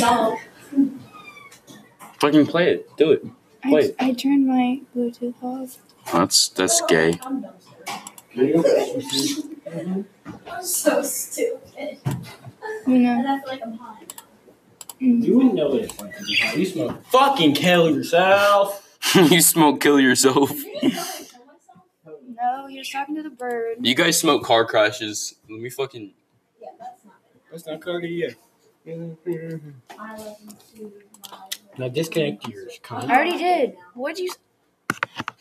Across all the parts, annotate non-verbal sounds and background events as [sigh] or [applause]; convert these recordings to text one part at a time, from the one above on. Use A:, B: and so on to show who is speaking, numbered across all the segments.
A: No.
B: Fucking play it. Do it. Wait.
C: I, I turned my Bluetooth off.
B: That's that's gay. [laughs]
A: I'm so stupid.
C: You know.
A: And I feel like I'm [laughs] high.
C: mm.
D: You wouldn't know it if I You smoke. Fucking kill yourself.
B: you smoke kill yourself.
C: No, you're just talking to the bird.
B: You guys smoke car crashes. Let me fucking
A: Yeah, that's not it.
D: That's not Cardi yet.
A: I listen to my.
D: Now disconnect yours,
C: I
D: cunt.
C: already did. What'd you?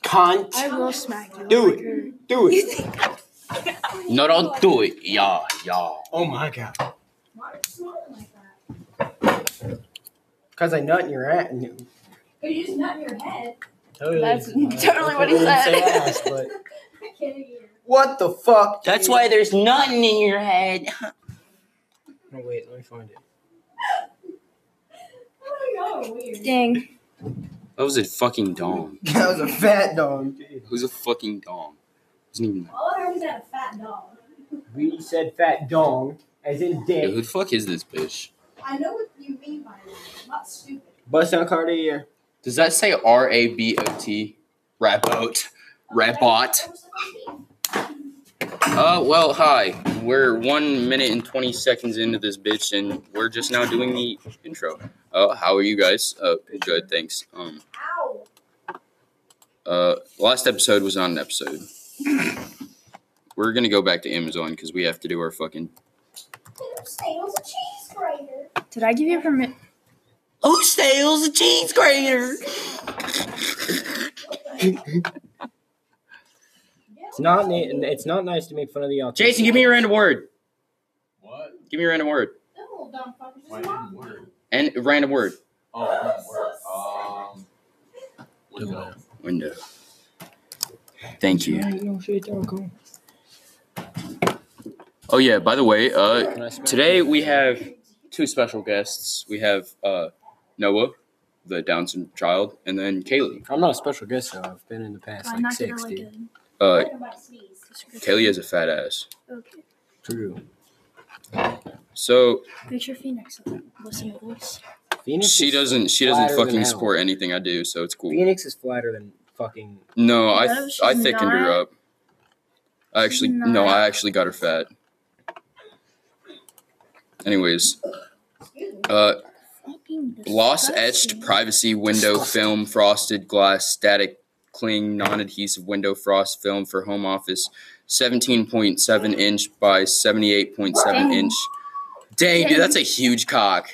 D: Cunt.
C: I will smack you.
D: Do
C: like You
D: Do it.
C: think?
B: No don't do it. Yeah, yeah.
D: Oh my god.
A: Why are you smiling like that?
D: Cause I nut in your ass. No,
A: Could you just nut in your head?
D: Totally.
C: That's
D: Uh,
C: totally what he
D: I wouldn't say
C: said.
D: ass, but
A: I can't hear.
D: what the fuck? dude?
B: there's nothing in your head.
D: No, wait. Let me find it.
A: Oh my god, weird.
C: Dang.
B: That was a fucking dong.
D: [laughs] That was a fat dog. dude.
B: It was a fucking dong. It wasn't even
A: All I heard was that a fat dog.
D: We said fat dong, as in
B: Yo, who
D: dick.
B: the fuck is this bitch?
A: I know what you mean by that. I'm not stupid.
D: Bust out Cartier.
B: Does that say R A B O T? Rabot. Rabot. Uh well hi. We're one minute and twenty seconds into this bitch and we're just now doing the intro. Uh how are you guys? Uh good, thanks. Um
A: Ow.
B: Uh, last episode was not an episode. [clears throat] We're gonna go back to Amazon because we have to do our fucking.
A: Who steals a cheese grater?
C: Did I give you permit?
B: Who steals a cheese grater?
D: It's not. ni- It's not nice to make fun of the autistic.
B: Jason, give me a random word.
E: What?
B: Give me a random word.
A: Them little dumb fuckers just
E: Wait,
A: laugh.
E: word.
B: And a random word.
E: Oh, wait, word. Um. Window.
B: Window. Thank you. Oh yeah. By the way, uh, today we have two special guests. We have uh, Noah, the Down syndrome child, and then Kaylee.
D: I'm not a special guest though. I've been in the past like six, dude.
B: Uh,
A: I'm about to sneeze.
B: Kaylee has a fat ass.
C: Okay.
D: True.
B: So
C: Picture Phoenix. Listen to voice.
D: Phoenix.
B: she
D: is,
B: doesn't. She
D: flatter
B: doesn't
D: than
B: fucking
D: hell.
B: support anything I do. So it's cool.
D: Phoenix is flatter than fucking.
B: No, I
C: No,
B: th- I
C: she's
B: thickened her
C: not.
B: up. I actually
C: She's
B: no,
C: not.
B: I actually got her fat. Anyways,
A: Excuse me.
B: uh,
C: Fucking.
B: gloss etched privacy window
D: Disgusting.
B: film frosted glass static cling non-adhesive window frost film for home office, seventeen point seven inch by seventy-eight point seven
C: Dang.
B: inch. Dang, dude, that's a huge cock.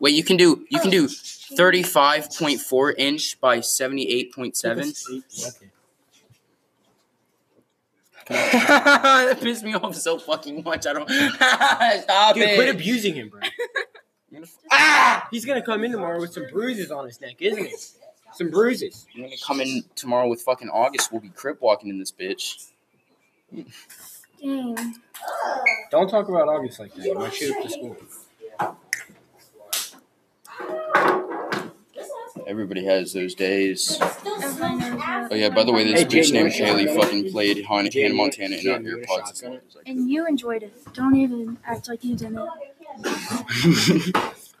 B: Wait, you can do you can
C: Oh,
B: do thirty-five point four inch by seventy-eight point seven.
D: Okay.
B: that pissed me off so fucking much. I don't. [laughs] Stop
D: Dude, quit
B: it.
D: abusing him, bro.
B: ah!
D: He's gonna come in tomorrow with some bruises on his neck, isn't he? Some bruises.
B: I'm gonna come in tomorrow with fucking August. We'll be crip walking in this bitch.
C: Dang.
D: Don't talk about August like that. I might shoot up the school.
A: This one's
B: Everybody has those days.
A: still smells like ass.
B: Oh yeah. By the way, this
D: Hey,
B: bitch
D: Jaden,
B: named
D: you wanna
B: Kaylee
D: shotgun
B: fucking played Han-
D: Jaden,
B: Hannah Montana in our
D: Jaden, you wanna
B: earpods.
D: shotgun
C: And you enjoyed it. Don't even act like you didn't.
D: [laughs]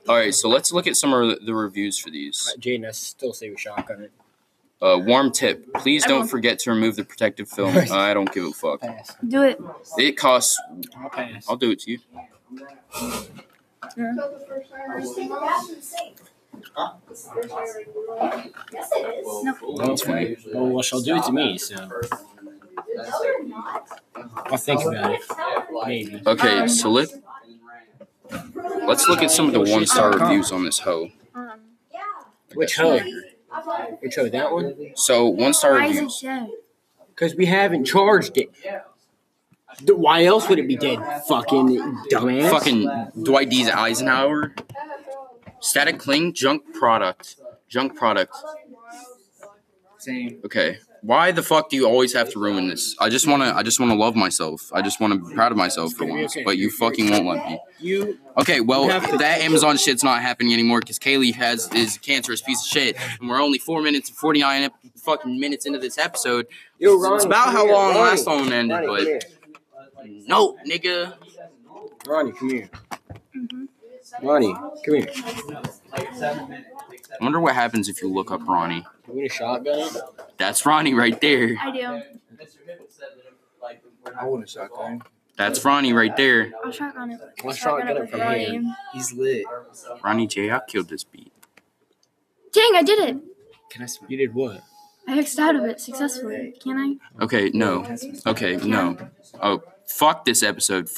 B: All right, so let's look at some of the reviews for these.
D: Uh, Jaden, I still say we shotgun it.
B: Uh, warm tip: Please don't
C: Everyone-
B: forget to remove the protective film. I don't give a fuck.
D: Pass.
C: Do it.
B: It costs.
D: I'll pass.
B: I'll do it to you.
A: Yes, it is.
B: That's funny.
D: Well, well, she'll do it to me, so
A: No, you're not.
D: I'll think about it. Maybe.
B: Okay,
C: Um,
B: so let let's look at some of
D: Oh,
B: the one star reviews on this hoe.
C: Um,
A: Yeah.
D: Which hoe?
A: I thought it was-
D: Which hoe? That one?
B: So one star
C: why is
B: review.
C: it dead?
D: Because we haven't charged it. Th- Why else would it be dead? Fucking dumbass.
B: Fucking Dwight D's Eisenhower. Static cling junk product. Junk product.
E: Same.
B: Okay. Why the fuck do you always have to ruin this? I just wanna I just wanna love myself. I just wanna be proud of myself for once. But you fucking won't let me.
D: You.
B: Okay, well
D: You have to-
B: that Amazon shit's not happening anymore because Kaylee has is a cancerous piece of shit. And we're only four minutes and forty nine fucking minutes into this episode.
D: Yo, Ronnie,
B: it's about
D: come
B: how
D: here.
B: long
D: Ronnie,
B: last one ended,
D: Ronnie, come
B: but
D: here.
B: Nope, nigga.
D: Ronnie, come here.
C: Mm-hmm.
D: Ronnie, come here.
B: I wonder what happens if you look up Ronnie.
D: You want a shotgun?
B: That's Ronnie right there.
C: I do.
F: I want a shotgun.
B: That's Ronnie right there.
C: I'll shotgun it.
D: I'll
C: Shotgun
D: shotgun it
C: with
D: from
C: Ronnie.
D: here.
F: He's lit.
B: Ronnie J, I killed this beat.
C: Dang, I did it.
F: Can I smell?
D: You did what?
C: I X'd out of it successfully. Can I?
B: Okay, no. Okay, no. Oh, fuck this episode.